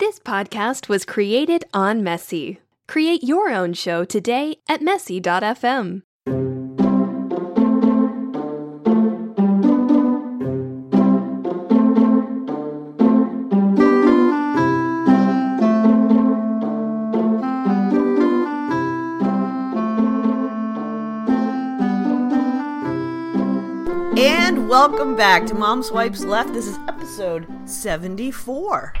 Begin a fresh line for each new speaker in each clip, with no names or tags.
This podcast was created on Messy. Create your own show today at messy.fm.
And welcome back to Mom Swipes Left. This is episode 74.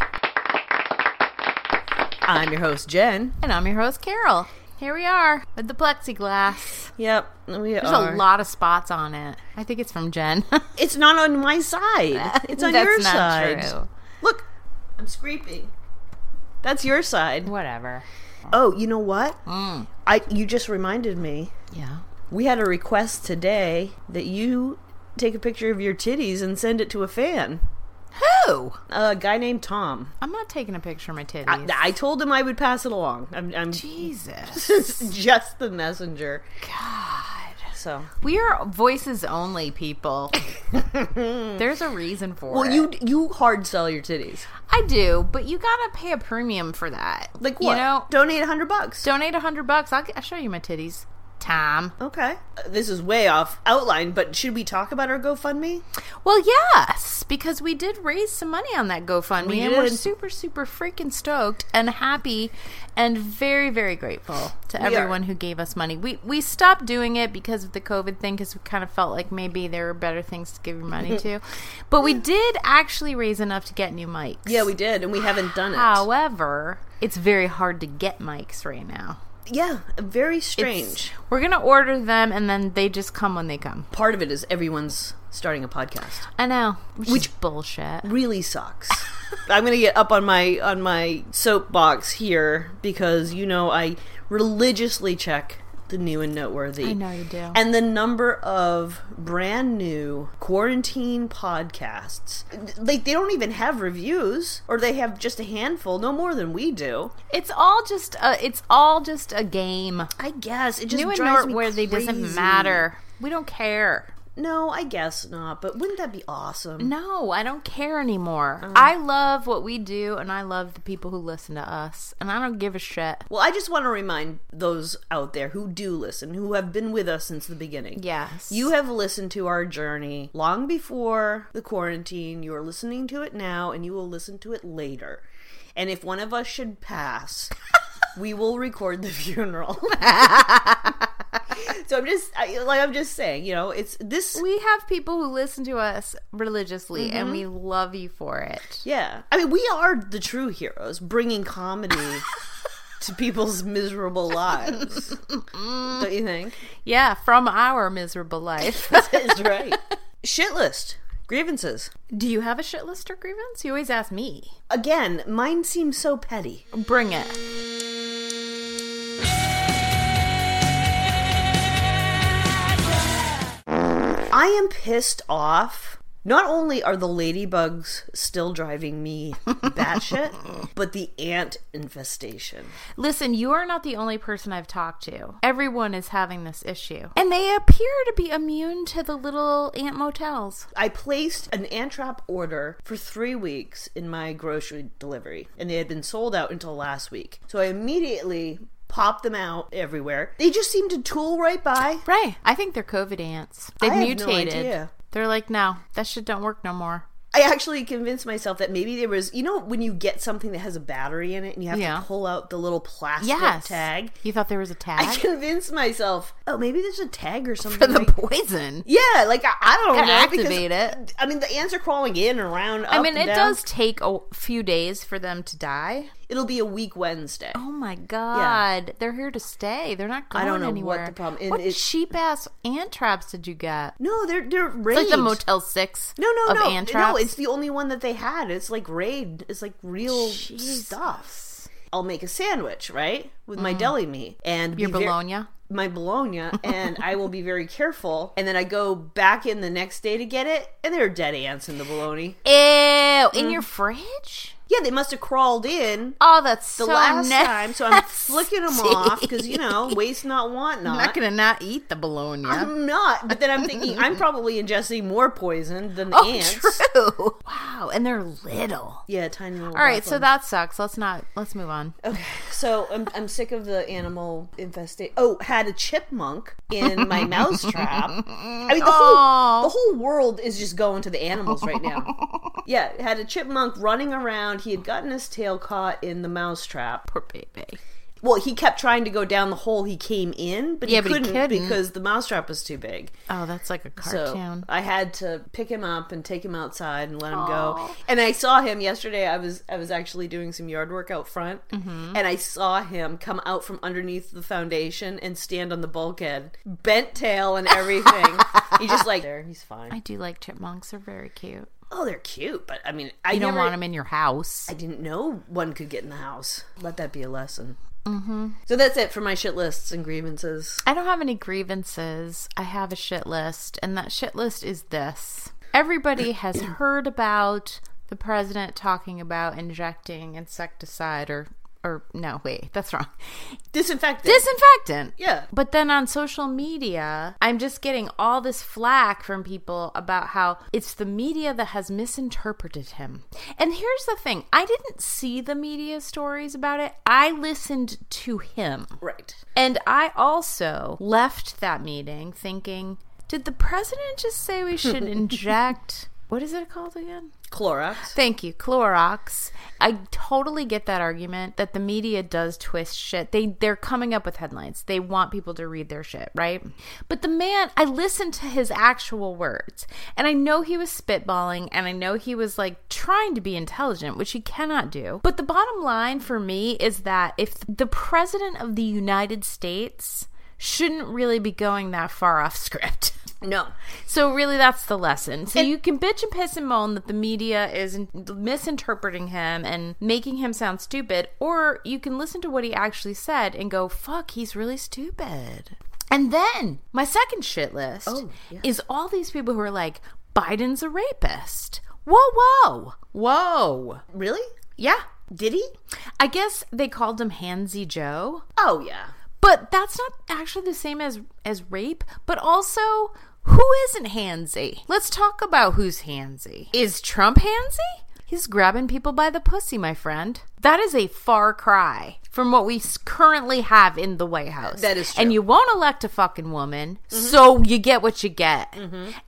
I'm your host, Jen.
And I'm your host, Carol. Here we are with the plexiglass.
Yep, we
There's
are.
a lot of spots on it. I think it's from Jen.
It's not on my side. It's on
That's
your
not
side.
true.
Look, I'm scraping. That's your side.
Whatever.
Oh, you know what? I you just reminded me.
Yeah.
We had a request today that you take a picture of your titties and send it to a fan.
Who?
A guy named Tom.
I'm not taking a picture of my titties.
I, I told him I would pass it along. I'm, I'm
Jesus.
just the messenger.
God.
So
We are voices only people. There's a reason for
Well,
it.
you you hard sell your titties.
I do, but you gotta pay a premium for that.
Like what?
You know,
donate a hundred bucks.
donate a hundred bucks. I'll, I'll show you my titties. Tom.
Okay, Uh, this is way off outline, but should we talk about our GoFundMe?
Well, yes, because we did raise some money on that GoFundMe,
We
and we're
did.
super, super freaking stoked and happy, and very, very grateful to
We are.
everyone who gave us money. We we stopped doing it because of the COVID thing, because we kind of felt like maybe there were better things to give your money to, but we did actually raise enough to get new mics.
Yeah, we did, and we haven't done it.
However, it's very hard to get mics right now.
Yeah, very
It's-
strange.
We're gonna order them, and then they just come when they come.
Part of it is everyone's starting a podcast.
I know, which, is bullshit.
Really sucks. I'm gonna get up on my on my soapbox here because you know I religiously check the new and noteworthy.
I know you do.
And the number of brand new quarantine podcasts. Like, they don't even have reviews, or they have just a handful, no more than we do.
It's all just a, it's all just a game.
I guess. It just
New and
drives me
noteworthy doesn't
crazy.
matter. We don't care.
No, I guess not, but wouldn't that be awesome?
No, I don't care anymore.
Mm.
I love what we do and I love the people who listen to us and I don't give a shit.
Well, I just want to remind those out there who do listen, who have been with us since the beginning.
Yes.
You have listened to our journey long before the quarantine. You are listening to it now, and you will listen to it later. And if one of us should pass, we will record the funeral. so I'm just I, like I'm just saying, you know, it's this.
we have people who listen to us religiously and
Mm-hmm.
we love you for it.
Yeah, I mean, we are the true heroes, bringing comedy to people's miserable lives. Don't you think?
Yeah, from our miserable life.
That's right. Shit list grievances.
do you have a shit list or grievance? You always ask me.
Again, mine seems so petty.
Bring it.
I am pissed off. Not only are the ladybugs still driving me batshit, but the ant infestation.
Listen, you are not the only person I've talked to. Everyone is having this issue. And they appear to be immune to the little ant motels.
I placed an ant trap order for three weeks in my grocery delivery, and they had been sold out until last week. So I immediately popped them out everywhere. They just seemed to tool right by.
Right. I think they're COVID ants. They've
I have no
mutated.
idea.
They're like, no, that shit don't work no more.
I actually convinced myself that maybe there was, you know, when you get something that has a battery in it and you have
Yeah.
to pull out the little plastic
Yes.
tag.
You thought there was a
I
tag?
convinced myself, oh, maybe there's a tag or something.
For the
like-
poison.
yeah, like I, I don't
Gotta
know.
activate
because,
it.
I mean, the ants are crawling in and around.
I
up
mean,
and
it
down.
does take a few days for them to die.
It'll be a week Wednesday.
Oh my god, they're here to stay. They're not going
I don't know what
anywhere.
the problem- and
What
it-
cheap ass ant traps did you get?
No, they're they're raid.
Like the Motel Six.
no, no,
of
no,
Ant traps?
no. It's the only one that they had. It's like raid. It's like real stuff. I'll make a sandwich, right, with my deli meat and
Mm. Your
be ver-
Bologna.
my bologna, and I will be very careful. And then I go back in the next day to get it, and there are dead ants in the bologna.
Ew, in your fridge?
Yeah, they must have crawled in
Mm. Oh, that's
the
so
last
nasty.
time, so I'm flicking them off because you know, waste not, want not.
I'm not gonna not eat the bologna.
I'm not, but then I'm thinking I'm probably ingesting more poison than
oh,
ants.
true. Wow, and they're little.
Yeah, tiny little.
All right,
black
so
ones.
that sucks. Let's not. Let's move on.
okay, so I'm I'm sick of the animal infestation. Oh, had a chipmunk in my mousetrap. I mean, the
Aw.
whole the whole world is just going to the animals right now. Yeah, had a chipmunk running around. He had gotten his tail caught in the mousetrap.
Poor baby.
Well, he kept trying to go down the hole he came in, but
Yeah,
he
but he
couldn't
couldn't.
because the mousetrap was too big.
Oh, that's like a
So
cartoon.
I had to pick him up and take him outside and let him
Aw.
go. And I saw him yesterday. I was I was actually doing some yard work out front,
Mm-hmm.
and I saw him come out from underneath the foundation and stand on the bulkhead, bent tail and everything. he just like there. He's fine.
I do like chipmunks. They're very cute.
oh, they're cute, but I mean, I
You don't
never-
want them in your house.
I didn't know one could get in the house. Let that be a lesson. Mm-hmm. So that's it for my shit lists and grievances.
I don't have any grievances. I have a shit list, and that shit list is this. Everybody has heard about the president talking about injecting insecticide or or no, wait, that's wrong.
Disinfectant.
Disinfectant.
yeah.
But then on social media, I'm just getting all this flack from people about how it's the media that has misinterpreted him. And here's the thing I didn't see the media stories about it, I listened to him.
Right.
And I also left that meeting thinking, did the president just say we should inject? What is it called again?
Clorox.
Thank you, Clorox. I totally get that argument that the media does twist shit. They they're coming up with headlines. They want people to read their shit, right? But the man, I listened to his actual words, and I know he was spitballing, and I know he was like trying to be intelligent, which he cannot do. But the bottom line for me is that if the president of the United States shouldn't really be going that far off script.
No.
So really, that's the lesson. So you can bitch and piss and moan that the media is in- misinterpreting him and making him sound stupid, or you can listen to what he actually said and go, "Fuck, he's really stupid." And then my second shit list is all these people who are like, "Biden's a rapist." Whoa, whoa, whoa.
Really?
Yeah,
Did he?
I guess they called him Hansy Joe.
Oh yeah.
But that's not actually the same as as rape. But also, who isn't handsy? Let's talk about who's handsy. Is Trump handsy? He's grabbing people by the pussy, my friend. That is a far cry from what we s- currently have in the White House.
That is true.
And you won't elect a fucking woman, so you get what you get.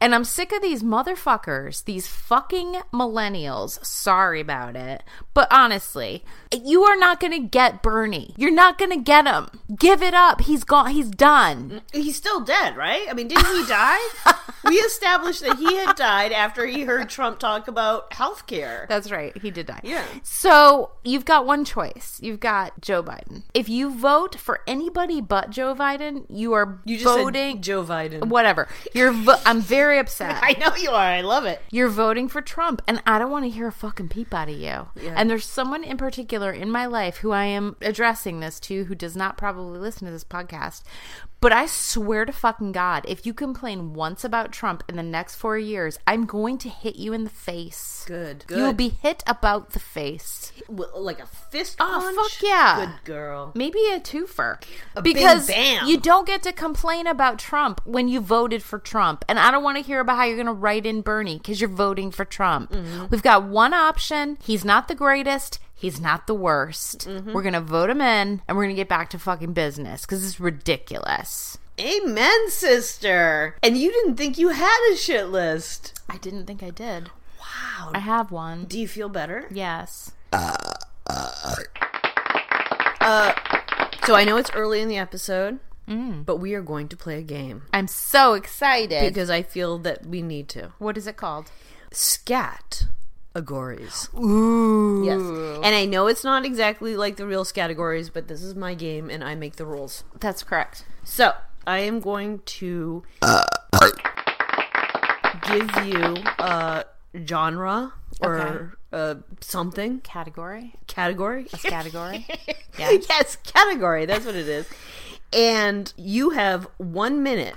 And I'm sick of these motherfuckers, these fucking millennials. Sorry about it. But honestly, you are not going to get Bernie. You're not going to get him. Give it up. He's gone. He's done.
He's still dead, right? I mean, didn't he die? we established that he had died after he heard Trump talk about health care.
That's right. He did die.
Yeah.
So you've got one choice. You've got Joe Biden. If you vote for anybody but Joe Biden, you are
You just
voting.
said Joe Biden.
Whatever. You're. Vo- I'm very upset.
I know you are. I love it.
You're voting for Trump, and I don't want to hear a fucking peep out of you. And there's someone in particular in my life who I am addressing this to who does not probably listen to this podcast. But I swear to fucking God, if you complain once about Trump in the next four years, I'm going to hit you in the face.
Good.
You'll
Good.
be hit about the face.
Well, like a fist
Oh,
punch.
fuck yeah.
Good girl.
Maybe a twofer.
big
because
bam.
you don't get to complain about Trump when you voted for Trump. And I don't want to hear about how you're going to write in Bernie because you're voting for Trump. We've got one option. He's not the greatest. He's not the worst. We're going to vote him in and we're going to get back to fucking business because it's ridiculous.
Amen, sister. And you didn't think you had a shit list.
I didn't think I did.
Wow.
I have one.
Do you feel better?
Yes.
So I know it's early in the episode,
Mm.
but we are going to play a game
I'm so excited.
because I feel that we need to.
what is it called?
Scat agories.
Ooh.
Yes. And I know it's not exactly like the real categories, but this is my game and I make the rules.
That's correct.
So I am going to give you a genre or uh, something,
Category?
category.
Category?
yes, category. That's what it is. And you have one minute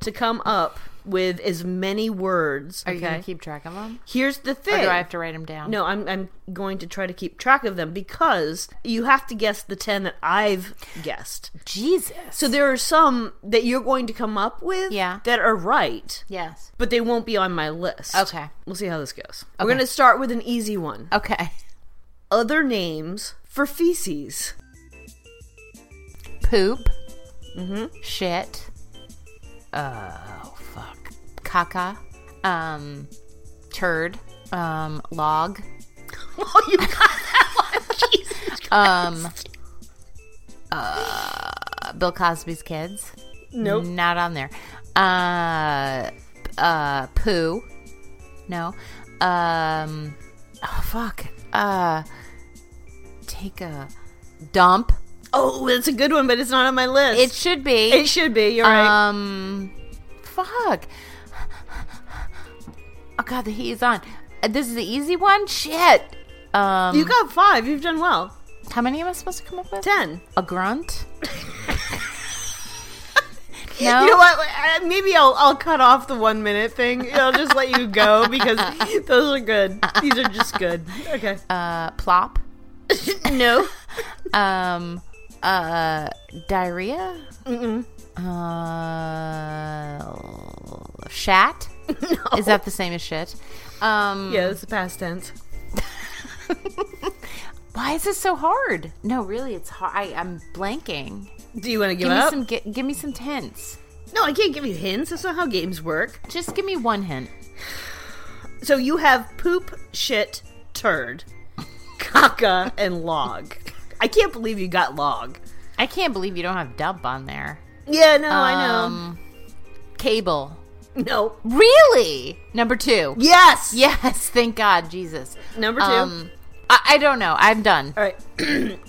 to come up with as many words.
Are you going
okay?
to keep track of them?
Here's the
Or
thing.
do I have to write them down?
No, I'm I'm going to try to keep track of them because you have to guess the 10 that I've guessed.
Jesus.
So there are some that you're going to come up with
Yeah.
that are right,
yes.
but they won't be on my list.
Okay.
We'll see how this goes. We're going to start with an easy one.
Okay.
Other names for feces.
Poop. Mm-hmm. Shit. Oh fuck. Caca. Um. Turd. Um. Log.
Oh, you got that one. Jesus.
Um. Uh. Bill Cosby's kids.
Nope.
Not on there. Uh. Uh. Poo. No. Um. Oh fuck. Uh. Take a dump.
Oh, that's a good one, but it's not on my list.
It Uh, should be.
it should be. You're right.
Um, fuck. Oh god, the heat is on. Uh, This is the easy one. Shit. Um,
You got five. You've done well.
how many am I supposed to come up with?
Ten.
A grunt. no.
You know what? Uh, Maybe I'll I'll cut off the one minute thing. I'll just let you go because those are good. These are just good. Okay.
Uh, plop.
no.
Um, uh, diarrhea. Mm-mm. Uh, shat. Is that the same as shit? Um,
Yeah, it's the past tense.
why is this so hard? No, really, it's hard. I, I'm blanking.
Do you want to give,
Give me
up?
some. gi- give me some hints.
No, I can't give you hints. That's not how games work.
Just give me one hint.
So you have poop, shit, turd, caca, and log. I can't believe you got log.
I can't believe you don't have dump on there.
Yeah, no, I
Um, Cable.
know. No.
Really? Number two.
Yes.
Yes. Thank God, Jesus.
Number two.
Um, I, I don't know. I'm done.
All right.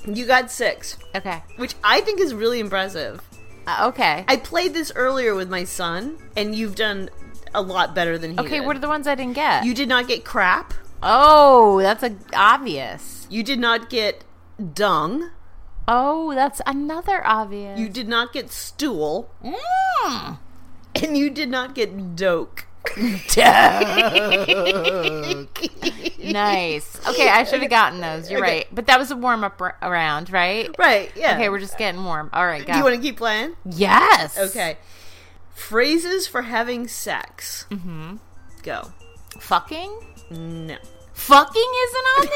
you got six,
Okay.
which I think is really impressive.
Uh, okay.
I played this earlier with my son, and you've done a lot better than he
okay.
did.
What are the ones I didn't get?
you did not get crap.
oh, that's a obvious.
You did not get dung.
Oh, that's another obvious.
You did not get stool,
Mm.
and you did not get doke.
nice. Okay, I should have gotten those. You're right. But that was a warm up r- round, right?
Right? Yeah.
Okay, we're just getting warm. All right,
Do
guys.
you want to keep playing?
yes.
Okay. Phrases for having sex. Mm-hmm. Go.
Fucking?
No.
Fucking isn't on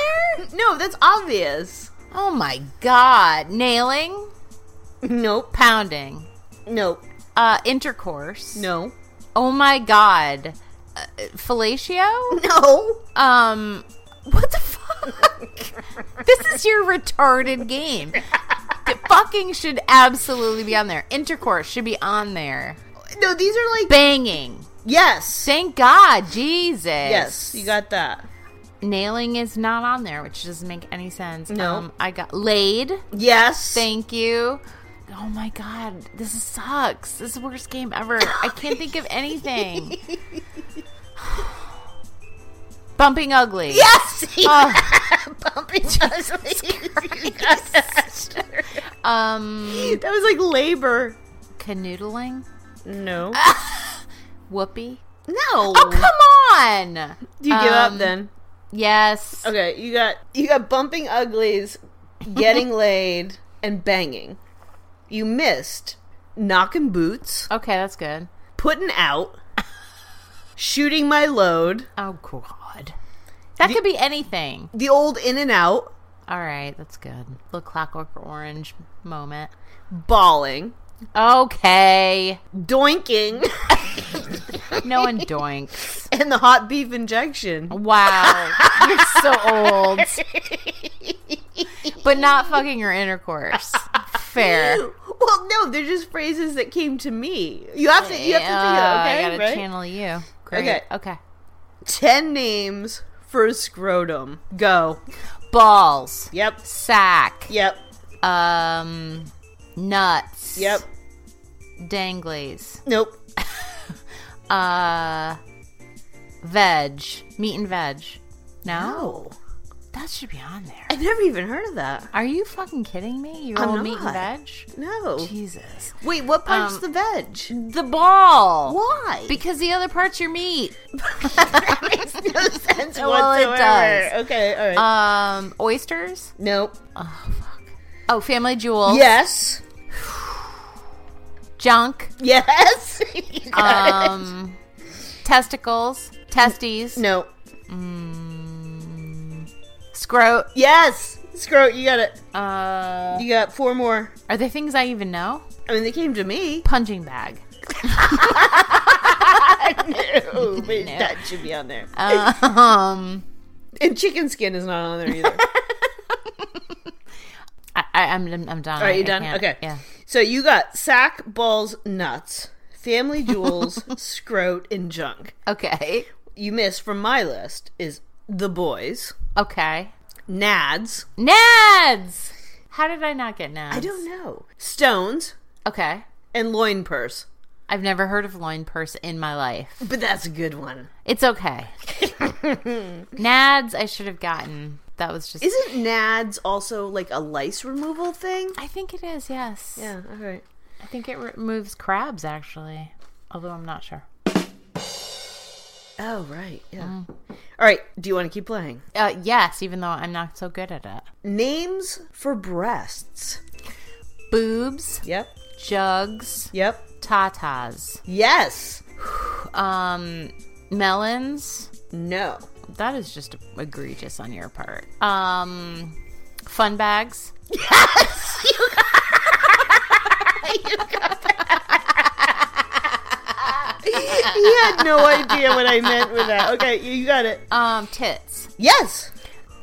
there?
No, that's obvious.
oh my god. Nailing?
Nope.
Pounding.
Nope.
Uh, intercourse.
No.
Oh my god. Uh, fellatio?
No.
Um, what the fuck? this is your retarded game. The fucking should absolutely be on there. Intercourse should be on there.
No, these are like
Banging.
yes.
Thank God, Jesus.
Yes, you got that.
nailing is not on there, which doesn't make any sense.
No.
um, I got laid.
Yes.
Thank you. Oh my god, this is- sucks. This is the worst game ever. I can't think of anything. Bumping ugly.
yes.
Ugh.
Bumping uglies. You got that.
um,
that was like labor.
canoodling.
No.
Whoopee.
no.
Oh come on.
you give
Um,
up then?
Yes.
Okay, you got you got bumping uglies, getting laid, and banging. You missed knocking boots,
Okay, that's good.
putting out, shooting my load,
Oh god. That could be anything.
the old in and out,
All right, that's good. Little clockwork orange moment.
bawling,
Okay.
doinking,
No one doinks.
and the hot beef injection.
Wow. You're so old. But not fucking your intercourse. Fair.
Well, no, they're just phrases that came to me. You have to, you have to think
Yeah,
of
I
it, okay?
gotta
right?
channel you. Great.
Okay.
Okay.
Ten names for a scrotum. Go.
Balls.
Yep.
Sack.
Yep.
Um nuts.
Yep.
Danglies.
Nope.
Uh veg. Meat and veg. No?
Oh.
That should be on there.
I never even heard of that.
Are you fucking kidding me? You
I'm
all meat and
not.
veg?
No.
Jesus.
Wait, what part's
Um,
the veg?
The ball.
Why?
Because the other part's your meat.
that makes no sense
Well, it
whatsoever.
does.
Okay, all right.
Um, oysters.
nope.
Oh fuck. Oh, Family Jewel.
Yes.
Junk.
Yes. You got it.
Um, testicles. Testes.
No.
Scrote.
Yes. Scroat, you got it.
Uh,
You got four more.
are there things I even know?
I mean, they came to me.
Punching bag.
Oh, but that should be on there.
Um,
and chicken skin is not on there either.
I, I, I'm, I'm, I'm done.
All right, you
I
done?
can't-
Okay.
Yeah.
So you got sack, balls, nuts, family jewels, scrote, and junk.
Okay.
You missed from my list is the boys,
Okay.
nads.
Nads. How did I not get nads?
I don't know. Stones
Okay.
and loin purse.
I've never heard of loin purse in my life.
But that's a good one.
It's okay. Nads, I should have gotten. That was just.
Isn't nads also like a lice removal thing?
I think it is. Yes.
Yeah, all right.
I think it removes crabs actually, although I'm not sure.
Oh, right. Yeah. All right. Do you want to keep playing?
Uh, yes, even though I'm not so good at it.
Names for breasts.
Boobs,
Yep.
jugs,
Yep.
tatas,
Yes.
um, melons.
No.
That is just egregious on your part. Um, fun bags.
He had no idea what I meant with that. Okay, you you got it.
Um, tits,
Yes.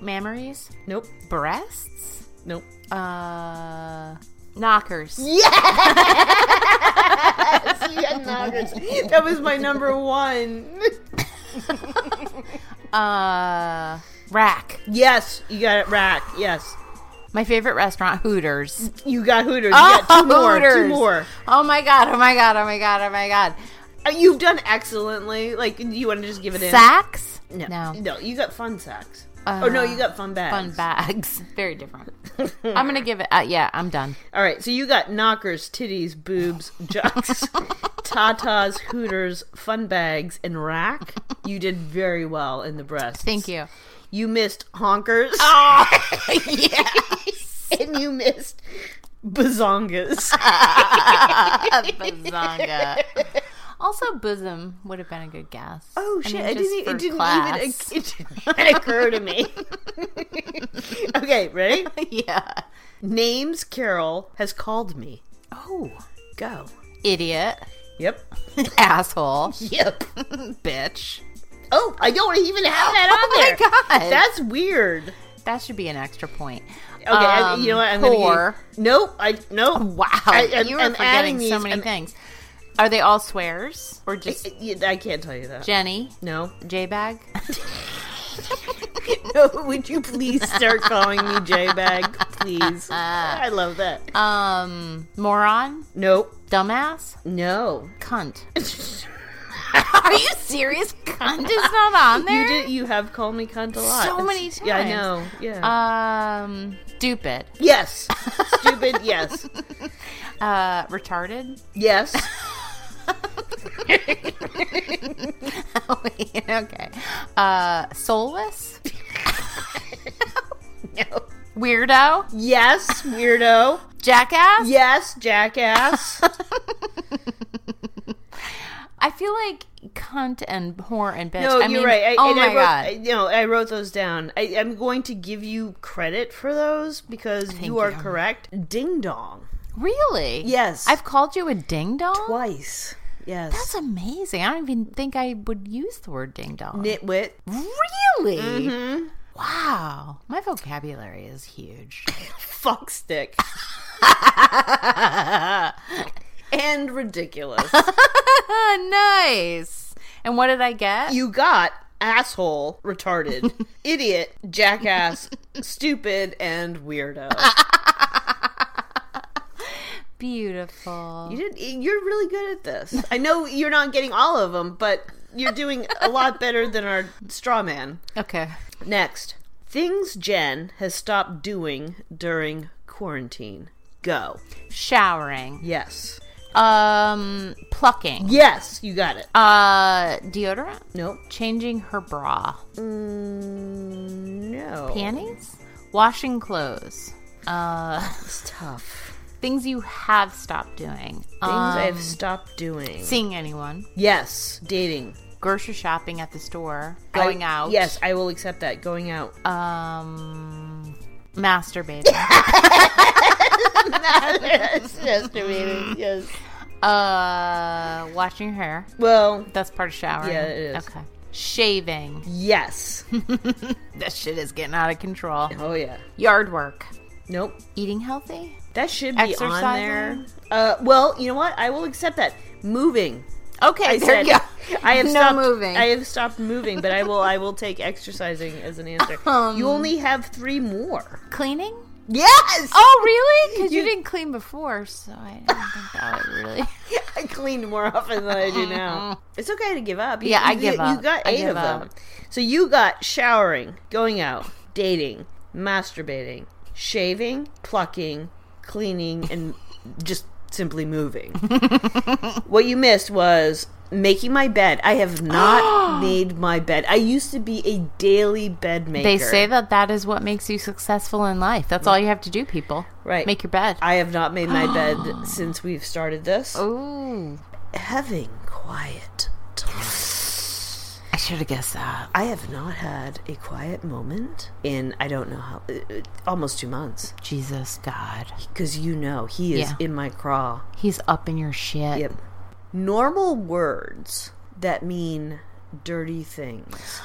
mammaries,
Nope.
breasts.
Nope.
Uh, knockers.
See, I knockers. That was my number one.
Uh, rack.
Yes, you got it. Rack. Yes.
My favorite restaurant, Hooters.
You got Hooters. You got two more. Two more.
Oh my god! Oh my god! Oh my god! Oh my god!
Uh, You've done excellently. Like, you want to just give it in?
Sacks?
No. No, you got fun sacks. oh, no, you got fun bags.
Fun bags. Very different. I'm gonna give it. Uh, yeah, I'm done.
All right, so you got knockers, titties, boobs, jucks, tatas, hooters, fun bags, and rack. You did very well in the breasts.
Thank you.
You missed honkers.
yes.
and you missed bazongas.
Bazanga. Also, bosom would have been a good guess.
Oh
I
shit!
mean,
I,
just
didn't.
for
It didn't
class.
even. It didn't occur to me. okay, ready?
yeah.
Names Carol has called me.
Oh,
Go.
idiot,
Yep.
asshole,
Yep.
bitch.
Oh, I don't even have that on
Oh
there.
my god.
That's weird.
that should be an extra point.
Okay, I, you know what? I'm gonna.
Um, whore.
Give, nope. I nope.
Wow,
I- I'm-
you are
I'm adding
forgetting
these.
so many
I'm-
things. Are they all swears or just
I, I can't tell you that.
Jenny,
no.
J bag?
No. Would you please start calling me J Bag, please? I love that.
Um, moron,
Nope.
dumbass,
No.
cunt. Are you serious? Cunt is not on there.
You did. You have called me cunt a lot.
So many
Yeah, I
times. Uh,
know. Yeah.
Um, stupid,
yes. Stupid. Yes.
uh, retarded.
Yes.
okay. Uh, soulless,
No.
weirdo,
Yes. Weirdo.
jackass.
Yes. Jackass.
I feel like cunt and whore and bitch.
No,
I
you're
mean,
right. I,
oh
and
my
I wrote,
god.
I, you know, I wrote those down. I, I'm going to give you credit for those because you are
you.
correct. Ding dong.
Really?
Yes.
I've called you a ding dong.
Twice. Yes.
That's amazing. I don't even think I would use the word ding dong.
nitwit.
Really? Mm-hmm. Wow. My vocabulary is huge.
Fuck stick. and ridiculous.
Ah, nice. And what did I get?
you got asshole, retarded, idiot, jackass, stupid, and weirdo.
Beautiful.
You did. You're really good at this. I know you're not getting all of them, but you're doing a lot better than our straw man.
okay.
Next, Things Jen has stopped doing during quarantine. Go.
Showering.
Yes.
Um, plucking.
Yes, you got it.
Uh, deodorant.
Nope.
Changing her bra.
Mm, no.
Panties. Washing clothes. Uh,
It's tough.
things you have stopped doing.
Things
Um,
I've stopped doing.
seeing anyone.
Yes, dating.
Grocery shopping at the store. Going
I-
out.
Yes, I will accept that. Going out.
Um, masturbating.
yes, dating. Yes.
uh, washing your hair.
Well,
That's part of showering.
Yeah, it is.
Okay. Shaving.
yes.
That shit is getting out of control.
Oh yeah.
Yard work.
Nope.
Eating healthy.
That should be on there.
Exercising?
Uh, well, you know what? I will accept that. Moving.
Okay,
I
there
said
you go.
I have
no
stopped
moving.
I have stopped moving, but I will. I will take exercising as an answer.
Um,
you only have three more.
Cleaning?
Yes.
Oh, really? Because you,
You-
didn't clean before, so I don't think that would really.
I cleaned more often than I do now. It's okay to give up. You,
Yeah, I
you-
give
You
up.
got
I
eight of
give
them.
up.
So you got showering, going out, dating, masturbating, shaving, plucking, cleaning, and just simply moving. what you missed was making my bed. I have not made my bed. I used to be a daily bed maker.
They say that that is what makes you successful in life. That's all you have to do, people.
Right.
Make your bed.
I have not made my bed since we've started this.
Oh. Ooh.
Having quiet time.
I should have guessed that.
I have not had a quiet moment in I don't know how uh, uh, almost two months
Jesus, God.
because you know he is
Yeah.
in my craw.
He's up in your shit.
Yep. Normal words that mean dirty things.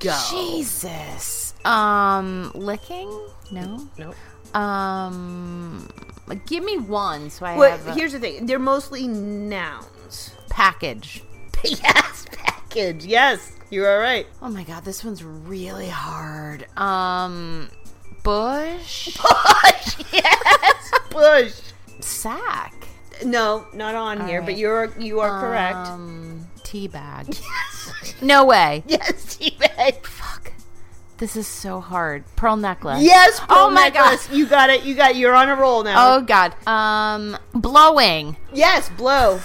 Go.
Jesus. Um, licking? No.
Nope.
Um, like, give me one so I
Well,
have a
here's the thing. They're mostly nouns.
package.
yes, package. Yes, you are right.
Oh my god, this one's really hard. Um, bush,
Bush.
sack,
No, not on here, but
right.
you're you are correct.
um, tea bag. No way.
Yes, teabag.
Fuck. This is so hard. Pearl necklace.
Yes.
Oh
pearl
my God.
necklace. You got it. You got. You're on a roll now.
Oh god. Um, blowing.
Yes, blow.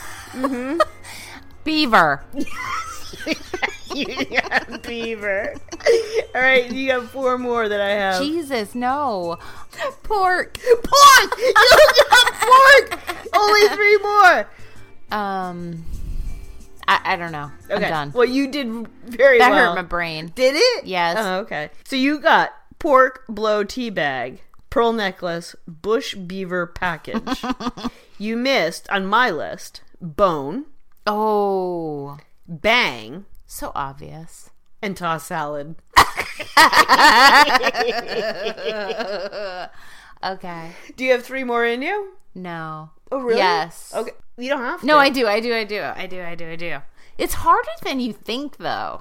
Beaver.
you got beaver. All right, you got four more that I have.
Jesus, no. Pork.
Pork! You got pork! Only three more.
Um, I, I don't know.
Okay.
I'm done.
Well, you did very
that
well.
hurt my brain.
Did it?
Yes.
Oh, okay. So you got pork, blow, tea bag, pearl necklace, bush beaver package. you missed on my list bone,
Oh,
bang,
so obvious.
and toss salad.
Okay.
Do you have three more in you?
No.
Oh, really?
Yes.
Okay. You don't have to.
No, I do. I do. I do. I do. I do. I do. It's harder than you think, though.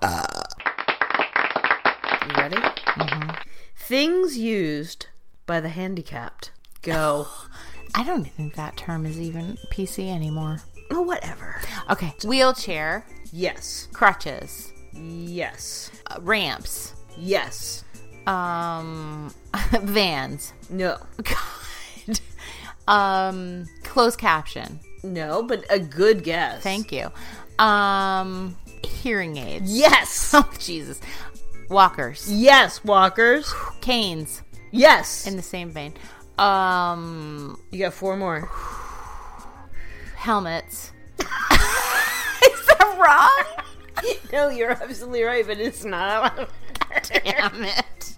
You ready? Mm-hmm. Things used by the handicapped. Go.
I don't think that term is even PC anymore.
oh, whatever.
Okay. Wheelchair,
Yes.
crutches,
Yes.
uh, ramps,
Yes.
um, vans.
No.
God. Um, closed caption.
No, but a good guess.
Thank you. Um, hearing aids.
Yes.
Oh, Jesus. Walkers,
yes, walkers.
canes.
Yes.
In
And
the same vein. Um,
you got four more.
helmets. Is that wrong?
no, you're absolutely right, but it's not.
Damn it.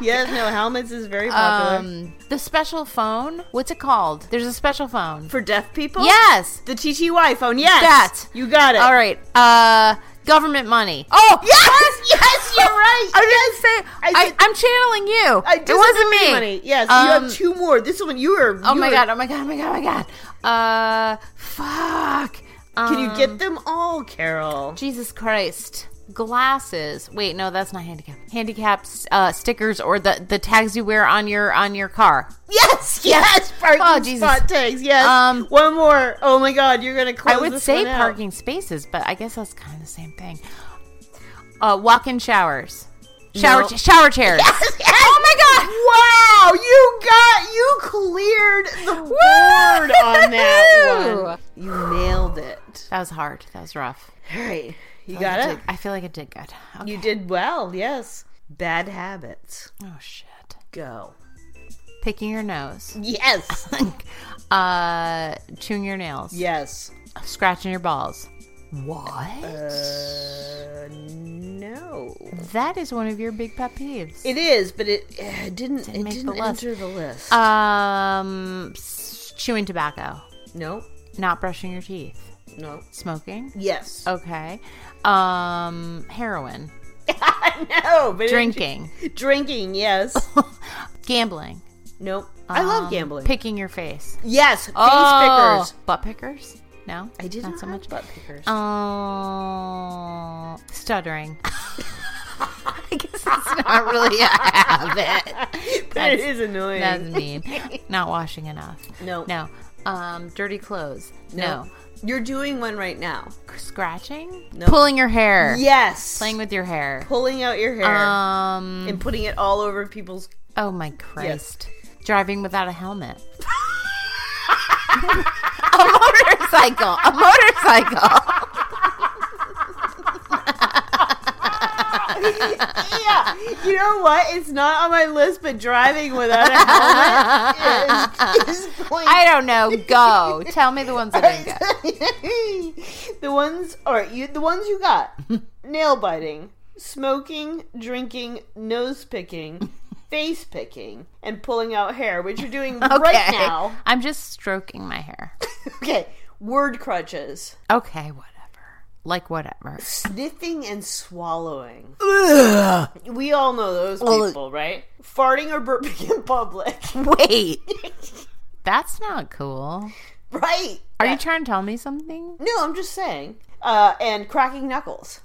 yes, no, helmets is very popular.
Um, the special phone. What's it called? There's a special phone.
For deaf people?
Yes.
The TTY phone, yes.
That.
You got it.
All right. Uh, government money. Oh,
Yes, yes, you're right.
I
yes.
didn't say.
I
I,
did-
I, am channeling you.
I
it wasn't me.
Money. Yes, you
Um,
have two more. This one, you are.
Oh my god. Oh my god. Oh my god. Oh my god. Uh, fuck.
Can you
Um,
get them all, Carol?
Jesus Christ. Glasses. Wait, no, that's not handicap. Handicap uh, stickers or the, the tags you wear on your on your car.
Yes, yes, parking
Oh, Jesus.
spot tags. Yes.
Um,
one more. Oh my God, you're gonna close.
I would
this
say
one out.
parking spaces, but I guess that's kind of the same thing. Uh, walk-in showers. Shower
No.
cha- shower chairs.
Oh my god! Wow, you got you cleared the board on that one. You nailed it.
That was hard. That was rough.
All right, you
I
got it.
did- I feel like I did good. Okay.
You did well. Yes. Bad habits.
Oh shit.
Go.
Picking your nose.
Yes.
Uh, chewing your nails.
yes.
Scratching your balls. What?
Uh, no.
that is one of your big pet peeves.
It is, but it uh, didn't. it
make the
didn't
list.
enter the list. Uh,
um, s- chewing tobacco.
no.
Not brushing your teeth.
No.
Smoking.
Yes.
Okay. Um, heroin.
no. But it-
Drinking.
drinking. Yes.
Gambling.
nope. I love gambling.
Picking your face.
yes. Face
Um, Oh,
pickers.
Butt pickers? No.
I did
not
not,
so
have
much.
butt pickers.
Oh, stuttering. I guess it's not really a habit.
But it is annoying.
That's mean. Not washing enough.
No.
No. Um, dirty clothes. No.
You're doing one right now.
Scratching.
No.
Pulling your hair.
Yes.
Playing with your hair.
pulling out your hair
Um.
and putting it all over people's.
Oh my Christ. Driving without a helmet. a motorcycle. A motorcycle.
yeah. You know what? It's not on my list, but driving without a helmet is, is going
I don't know. Go. Tell me the ones I didn't get.
the ones all right, you the ones you got nail biting smoking drinking nose picking face picking and pulling out hair which you're doing right
Okay.
now
I'm just stroking my hair.
okay word crutches
Okay, whatever. Like whatever.
sniffing and swallowing we all know those people right farting or burping in public
Wait. That's not cool.
right
Are you trying to tell me something?
no i'm just saying uh, and cracking knuckles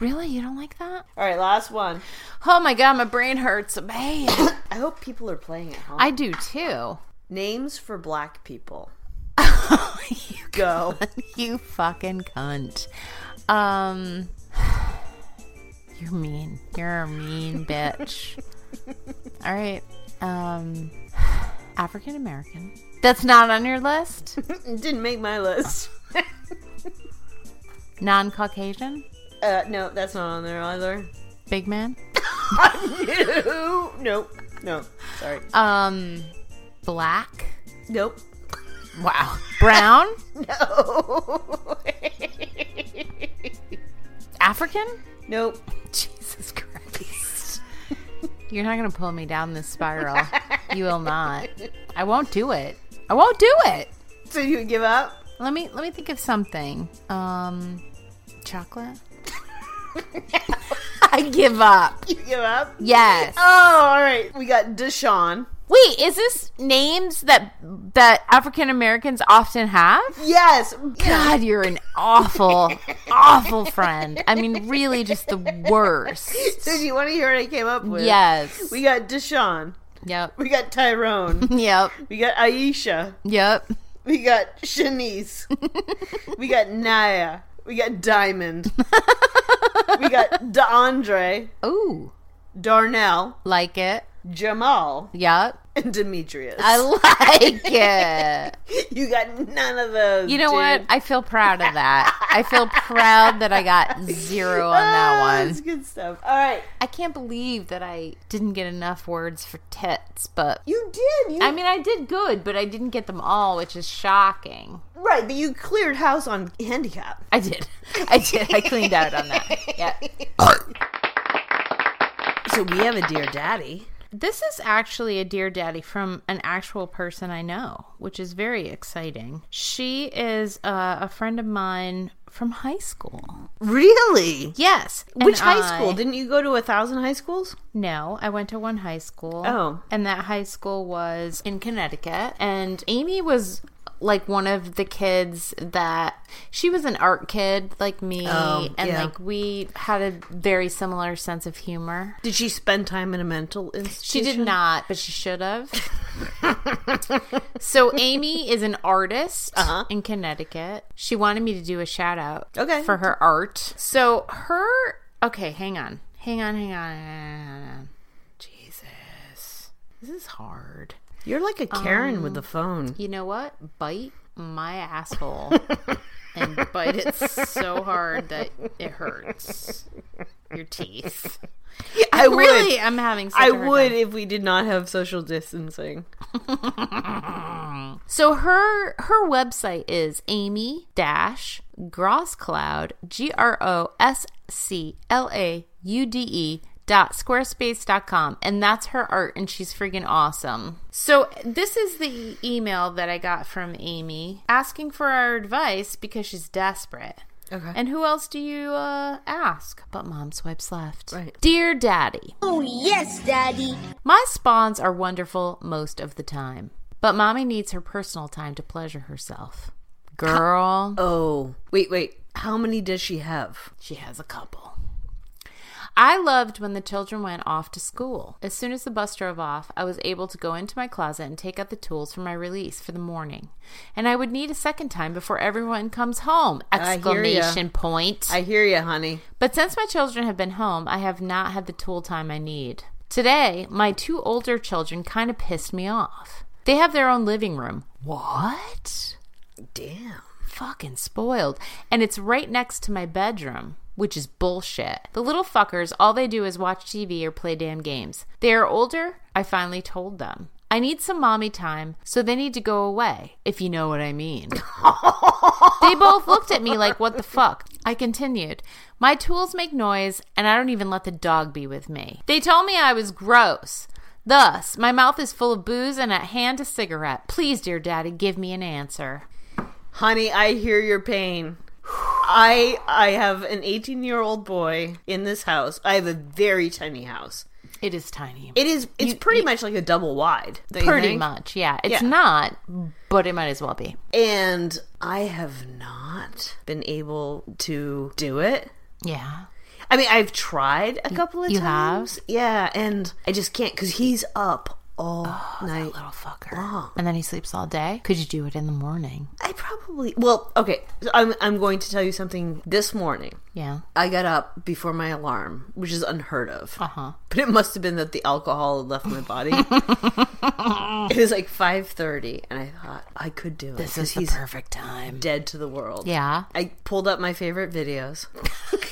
Really? You don't like that?
all right last one
Oh my god, my brain hurts. Man.
i hope people are playing at home
I do too.
names for black people
you,
go
you fucking cunt. Um You're mean. You're a mean bitch. All right. Um African American. That's not on your list?
It didn't make my list.
Non Caucasian?
Uh, no, that's not on there either.
Big man?
no, no, no. Sorry.
Um, black.
Nope.
Wow. Brown.
No.
African.
nope.
Jesus Christ. You're not gonna pull me down this spiral. You will not. I won't do it. I won't do it.
So you give up?
Let me let me think of something. Um, chocolate. I give up.
You give up?
Yes.
Oh, all right. We got Deshaun.
Wait, is this names that that African Americans often have?
Yes.
God, you're an awful, awful friend. I mean, really, just the worst.
So do you want to hear what I came up with?
Yes.
We got Deshaun.
Yep.
We got Tyrone.
Yep.
we got Aisha.
Yep.
We got Shanice. we got Naya. We got Diamond. we got DeAndre,
Ooh,
Darnell,
like it.
Jamal,
Yep.
and Demetrius.
I like it.
you got none of those.
You know what?
dude.
I feel proud of that. I feel proud that I got zero on that
Ah, That's
one.
good stuff. All right,
I can't believe that I didn't get enough words for tits, but
you did. You,
I mean, I did good, but I didn't get them all, which is shocking.
right, but you cleared house on handicap.
I did. I did. I cleaned out on that. Yeah.
So we have a dear daddy.
This is actually a Dear Daddy from an actual person I know, which is very exciting. She is uh, a friend of mine from high school.
Really?
Yes. and
Which high school?
I-
Didn't you go to a thousand high schools?
No, I went to one high school.
Oh.
And that high school was in Connecticut. And Amy was like one of the kids that she was an art kid like me.
Oh,
and
yeah.
like we had a very similar sense of humor.
Did she spend time in a mental
She
institution?
did not, but she should have. so Amy is an artist in Connecticut. She wanted me to do a shout out
Uh-huh. Okay.
for her art. So her okay, hang on. Hang on, hang on, hang on, hang on. Jesus. This is hard.
You're like a Karen
Um,
with the phone.
You know what? Bite my asshole. and bite it so hard that it hurts your teeth.
I would.
Really, I'm having such
I
a hard
would
time.
if we did not have social distancing.
So her her website is Amy Dash Grosscloud G R O S C L A U D E dot squarespace.com and that's her art and she's freaking awesome. So this is the email that I got from Amy asking for our advice because she's desperate.
Okay.
And who else do you uh, ask? But mom swipes left.
Right.
Dear daddy,
Oh, yes, Daddy.
my spawns are wonderful most of the time, but mommy needs her personal time to pleasure herself. Girl,
oh, wait, wait. How many does she have?
she has a couple. I loved when the children went off to school. As soon as the bus drove off, I was able to go into my closet and take out the tools for my release for the morning. And I would need a second time before everyone comes home!
I hear ya.
Exclamation point.
I hear you, honey.
But since my children have been home, I have not had the tool time I need. Today, my two older children kind of pissed me off. They have their own living room. What?
Damn.
Fucking spoiled. And it's right next to my bedroom, which is bullshit. The little fuckers, all they do is watch TV or play damn games. They are older. I finally told them. I need some mommy time, so they need to go away, if you know what I mean. They both looked at me like, what the fuck? I continued. My tools make noise, and I don't even let the dog be with me. They told me I was gross. Thus, my mouth is full of booze and at hand a cigarette. Please, dear daddy, give me an answer.
Honey, I hear your pain. I I have an 18 year old boy in this house. I have a very tiny house.
It is tiny.
It is it's pretty much like a double wide. don't you
Pretty
think?
much, yeah. It's
Yeah.
not, but it might as well be.
And I have not been able to do it.
Yeah.
I mean, I've tried a couple of
you
times. Yeah, and I just can't because he's up all night.
Oh,
Uh-huh.
Little fucker. And then he sleeps all day. Could you do it in the morning?
I probably well, okay. So I'm I'm going to tell you something this morning.
Yeah.
I got up before my alarm, which is unheard of.
Uh huh.
But it must have been that the alcohol had left my body. it was like 5:30 and I thought I could do it.
This is
'cause
the
he's
perfect time.
dead to the world.
Yeah.
I pulled up my favorite videos.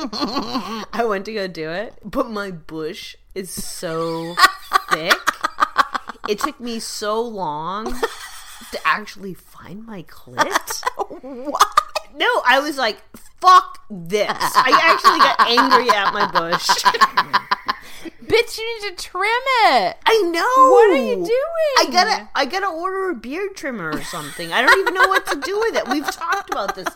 I went to go do it, but my bush is so thick. It took me so long to actually find my clit.
What?
No, I was like, fuck this. I actually got angry at my bush.
Bitch, you need to trim it.
I know. What
are you doing?
I gotta I gotta order a beard trimmer or something. I don't even know what to do with it. We've talked about this.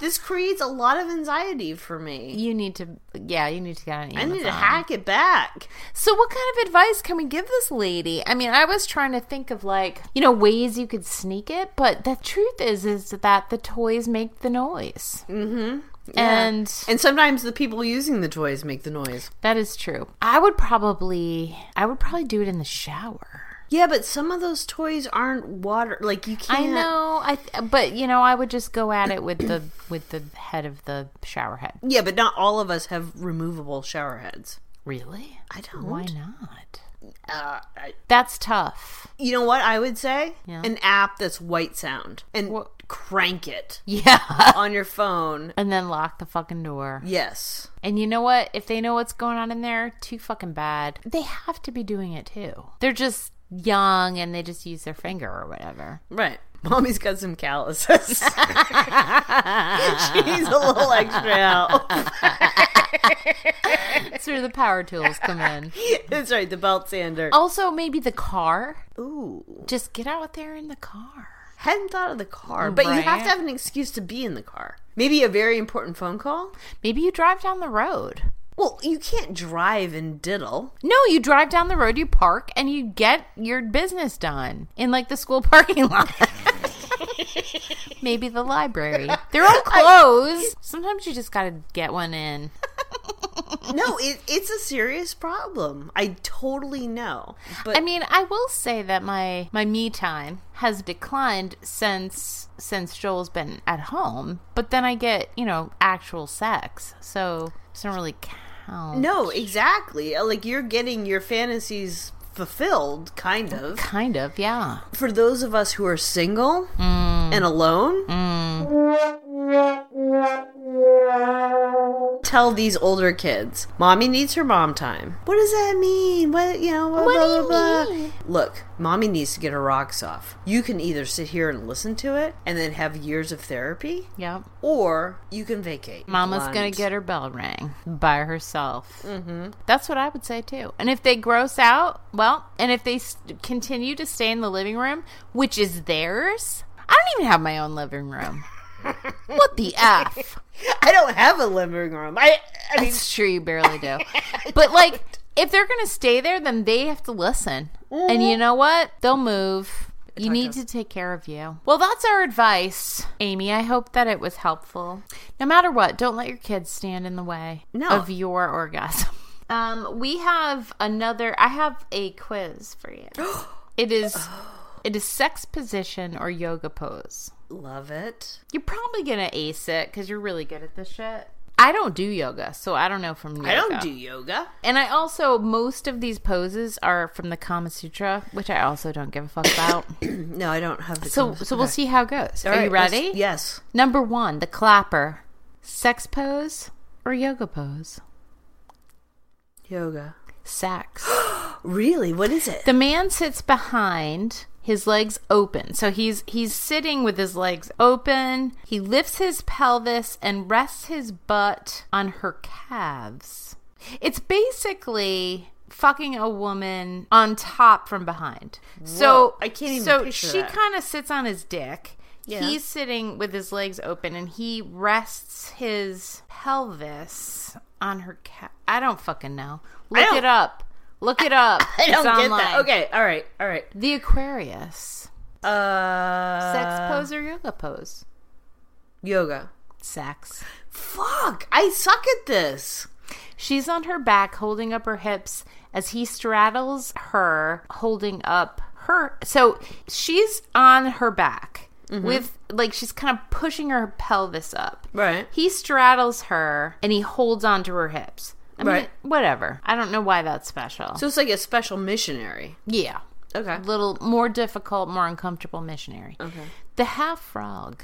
This creates a lot of anxiety for me.
You need to, yeah, you need to get on
I
Amazon.
need to hack it back.
So, what kind of advice can we give this lady? I mean, I was trying to think of like, you know, ways you could sneak it, but the truth is, is that the toys make the noise. Mm-hmm. And
And sometimes the people using the toys make the noise.
that is true. I would probably, I would probably do it in the shower.
Yeah, but some of those toys aren't water. Like you can't.
I know, I th- but you know, I would just go at it with the with the head of the shower head.
Yeah, but not all of us have removable shower heads.
Really?
I don't.
Why not?
Uh, I-
That's tough.
you know what I would say?
Yeah.
An app that's white sound and
What?
crank it
Yeah.
on your phone.
and then lock the fucking door.
Yes.
And you know what? If they know what's going on in there, too fucking bad. They have to be doing it too. They're just young and they just use their finger or whatever.
Right. Mommy's got some calluses. she needs a little extra help.
That's where the power tools come in.
That's right, the belt sander.
Also, maybe the car.
Ooh.
Just get out there in the car.
Hadn't thought of the car, but you have
Right.
to have an excuse to be in the car. Maybe a very important phone call?
Maybe you drive down the road.
Well, you can't drive and diddle.
No, you drive down the road, you park, and you get your business done in like the school parking lot. Maybe the library. They're all closed. Sometimes you just gotta get one in.
No, it, it's a serious problem. I totally know. But
I mean, I will say that my my me time has declined since since Joel's been at home. But then I get you know actual sex, so it doesn't really count.
No, exactly. Like you're getting your fantasies fulfilled, kind of.
Kind of, yeah.
For those of us who are single
Mm.
and alone, tell these older kids, "Mommy needs her mom time." What does that mean? What you know? Blah, blah, blah, blah. Look, mommy needs to get her rocks off. You can either sit here and listen to it, and then have years of therapy,
Yep.
or you can vacate.
Mama's gonna
Blunt.
get her bell rang by herself. Mm-hmm. That's what I would say too. And if they gross out, well, and if they s continue to stay in the living room, which is theirs, I don't even have my own living room. what the f?
I don't have a living room. I, I mean,
It's true, you barely do. but like, if they're gonna stay there, then they have to listen. And you know what? They'll move. You need Mm-hmm. to take care of you. Well, that's our advice, Amy. I hope that it was helpful. No matter what, don't let your kids stand in the way
No.
of your orgasm. Um, we have another. I have a quiz for you. it is. It is sex position or yoga pose.
love it.
You're probably gonna ace it because you're really good at this shit. I don't do yoga, so I don't know from yoga.
I don't do yoga.
And I also most of these poses are from the Kama Sutra, which I also don't give a fuck about.
No, I don't have the.
so so we'll see how it goes. are you ready?
Yes.
Number one, the clapper, sex pose or yoga pose.
Yoga.
Sex.
Really? What is it?
the man sits behind his legs open so he's he's sitting with his legs open he lifts his pelvis and rests his butt on her calves it's basically fucking a woman on top from behind so
I can't even
so
picture
she
that.
kind of sits on his dick he's sitting with his legs open and he rests his pelvis on her ca- i don't fucking know look
don't-
it up look it up
I don't
it's
get
online.
that. Okay. All right. All right.
The Aquarius.
Uh,
Sex pose or yoga pose?
yoga.
Sex.
Fuck! I suck at this.
She's on her back holding up her hips as he straddles her, holding up her. So she's on her back
Mm-hmm.
with, like, she's kind of pushing her pelvis up.
Right.
He straddles her and he holds onto her hips. I mean,
Right.
whatever. I don't know why that's special.
So it's like a special missionary.
yeah.
Okay.
Little more difficult, more uncomfortable missionary.
Okay.
The half frog.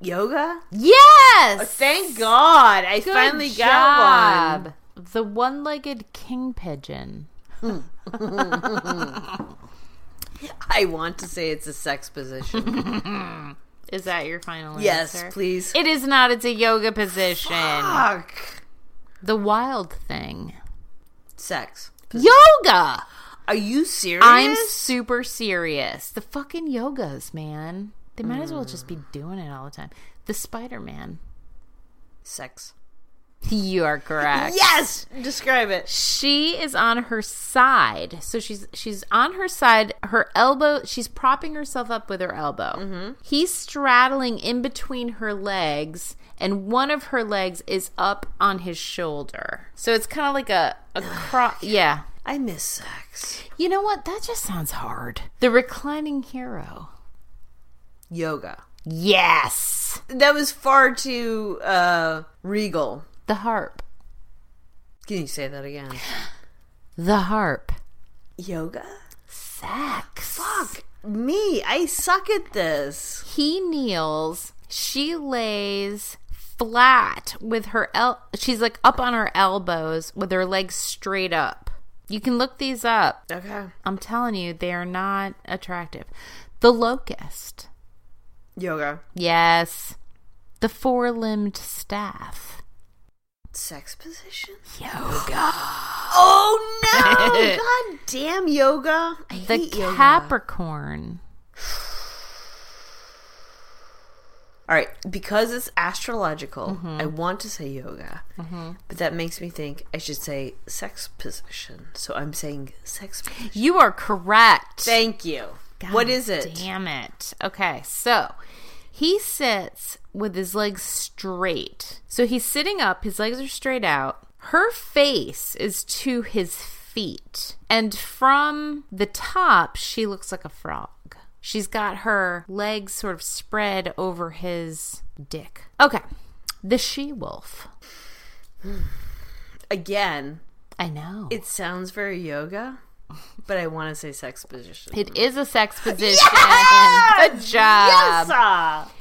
Yoga.
Yes!
Thank God! I finally got one.
The one legged king pigeon.
I want to say it's a sex position.
Is that your final
yes,
answer?
please.
It is not. It's a yoga position.
Fuck.
The wild thing.
Sex.
Yoga!
Are you serious?
I'm super serious. The fucking yogas, man. They might as well just be doing it all the time. The Spider Man.
sex.
You are correct.
Yes. Describe it.
She is on her side. So she's she's on her side, her elbow, she's propping herself up with her elbow. He's straddling in between her legs and one of her legs is up on his shoulder. So it's kind of like a a cro- yeah.
I miss sex.
You know what? That just sounds hard. The reclining hero.
Yoga.
Yes.
That was far too uh regal.
The harp.
Can you say that again?
The harp.
Yoga?
Sex.
Fuck me. I suck at this.
He kneels. She lays flat with her el. She's like up on her elbows with her legs straight up. You can look these up.
Okay.
I'm telling you, they are not attractive. The locust.
Yoga.
Yes. The four limbed staff.
Sex position?
Yoga.
Oh no! God damn yoga. I
The
hate yoga.
Capricorn.
All right, because it's astrological,
Mm-hmm.
I want to say yoga, but that makes me think I should say sex position. So I'm saying sex position.
You are correct.
Thank you. what is it?
Damn it. Okay, so he sits with his legs straight. So he's sitting up, his legs are straight out. Her face is to his feet. And from the top, she looks like a frog. She's got her legs sort of spread over his dick. Okay, the she wolf.
Again,
I know.
it sounds very yoga, but I want to say sex position.
It is a sex position. Good job.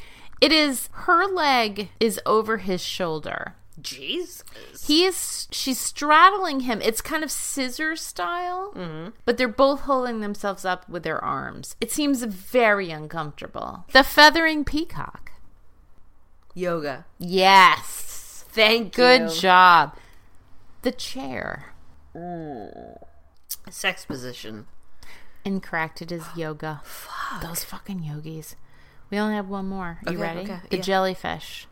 It is her leg is over his shoulder.
Jesus.
He is she's straddling him. It's kind of scissor style,
Mm-hmm.
but they're both holding themselves up with their arms. It seems very uncomfortable. The feathering peacock.
Yoga.
Yes.
Thank
Good
you.
job. The chair.
Sex position.
And cracked it as yoga. Those fucking yogis. We only have one more. You
Okay,
ready?
okay,
the
yeah.
jellyfish.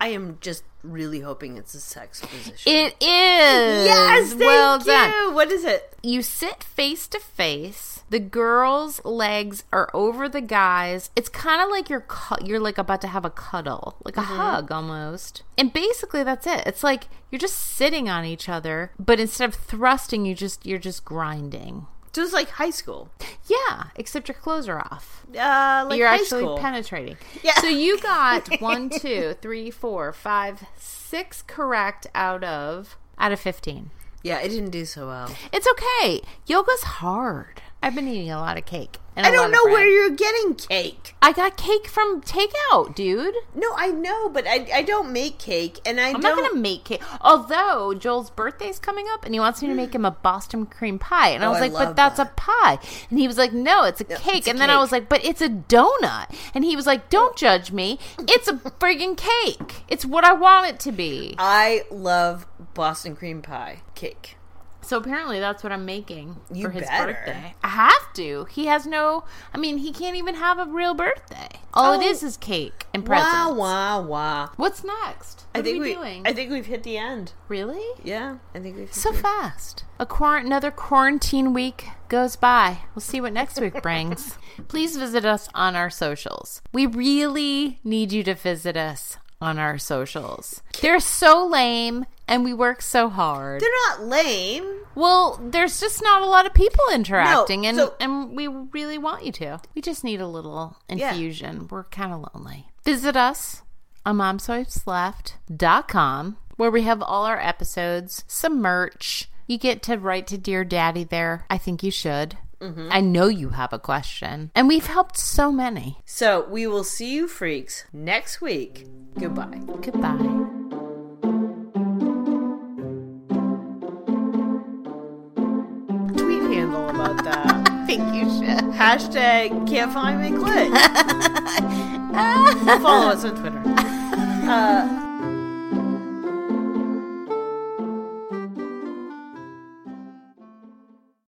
I am just really hoping it's a sex position.
It is.
yes, thank
well
you.
done.
What is it?
you sit face to face. The girl's legs are over the guy's. It's kind of like you're cu- you're like about to have a cuddle, like
Mm-hmm.
a hug almost. And basically that's it. It's like you're just sitting on each other, but instead of thrusting, you just you're just grinding.
So it's like high school.
Yeah, except your clothes are off.
Uh, like
you're
high
actually
school.
penetrating.
Yeah.
So you got one, two, three, four, five, six correct out of out of fifteen.
yeah, it didn't do so well.
It's okay. Yoga's hard. I've been eating a lot of cake. and a
I don't
lot of
know where
bread.
you're getting cake.
I got cake from takeout, dude.
No, I know, but I, I don't make cake, and I
I'm
don't.
not gonna make cake. Although Joel's birthday's coming up, and he wants me to make him a Boston cream pie, and I
Oh,
was
I
like, "But
love
that's a
that.
pie," and he was like, "No, it's a cake."
a
and then I
cake.
was like, "But it's a donut," and he was like, "Don't judge me. It's a friggin' cake. It's what I want it to be."
I love Boston cream pie cake.
So apparently that's what I'm making
You
for his
better.
birthday. I have to. He has no I mean, he can't even have a real birthday. All it
Oh.
is is cake and presents.
Wow, wow, wow!
What's next? What
I think
are we,
we,
doing?
I think we've hit the end.
really?
Yeah, I think we've.
So
hit the-
fast. A quar- another quarantine week goes by. We'll see what next week brings. Please visit us on our socials. We really need you to visit us on our socials. They're so lame and we work so hard.
They're not lame.
Well, there's just not a lot of people interacting, and
so-
and we really want you to. We just need a little infusion. We're kind of lonely. Visit us on momswipesleft.com, where we have all our episodes, some merch. You get to write to Dear Daddy there. I think you should. I know you have a question, and we've helped so many.
So we will see you freaks next week. Goodbye.
Goodbye.
Tweet handle about that.
I think you should.
Hashtag can't find me click. Follow us on Twitter. Uh,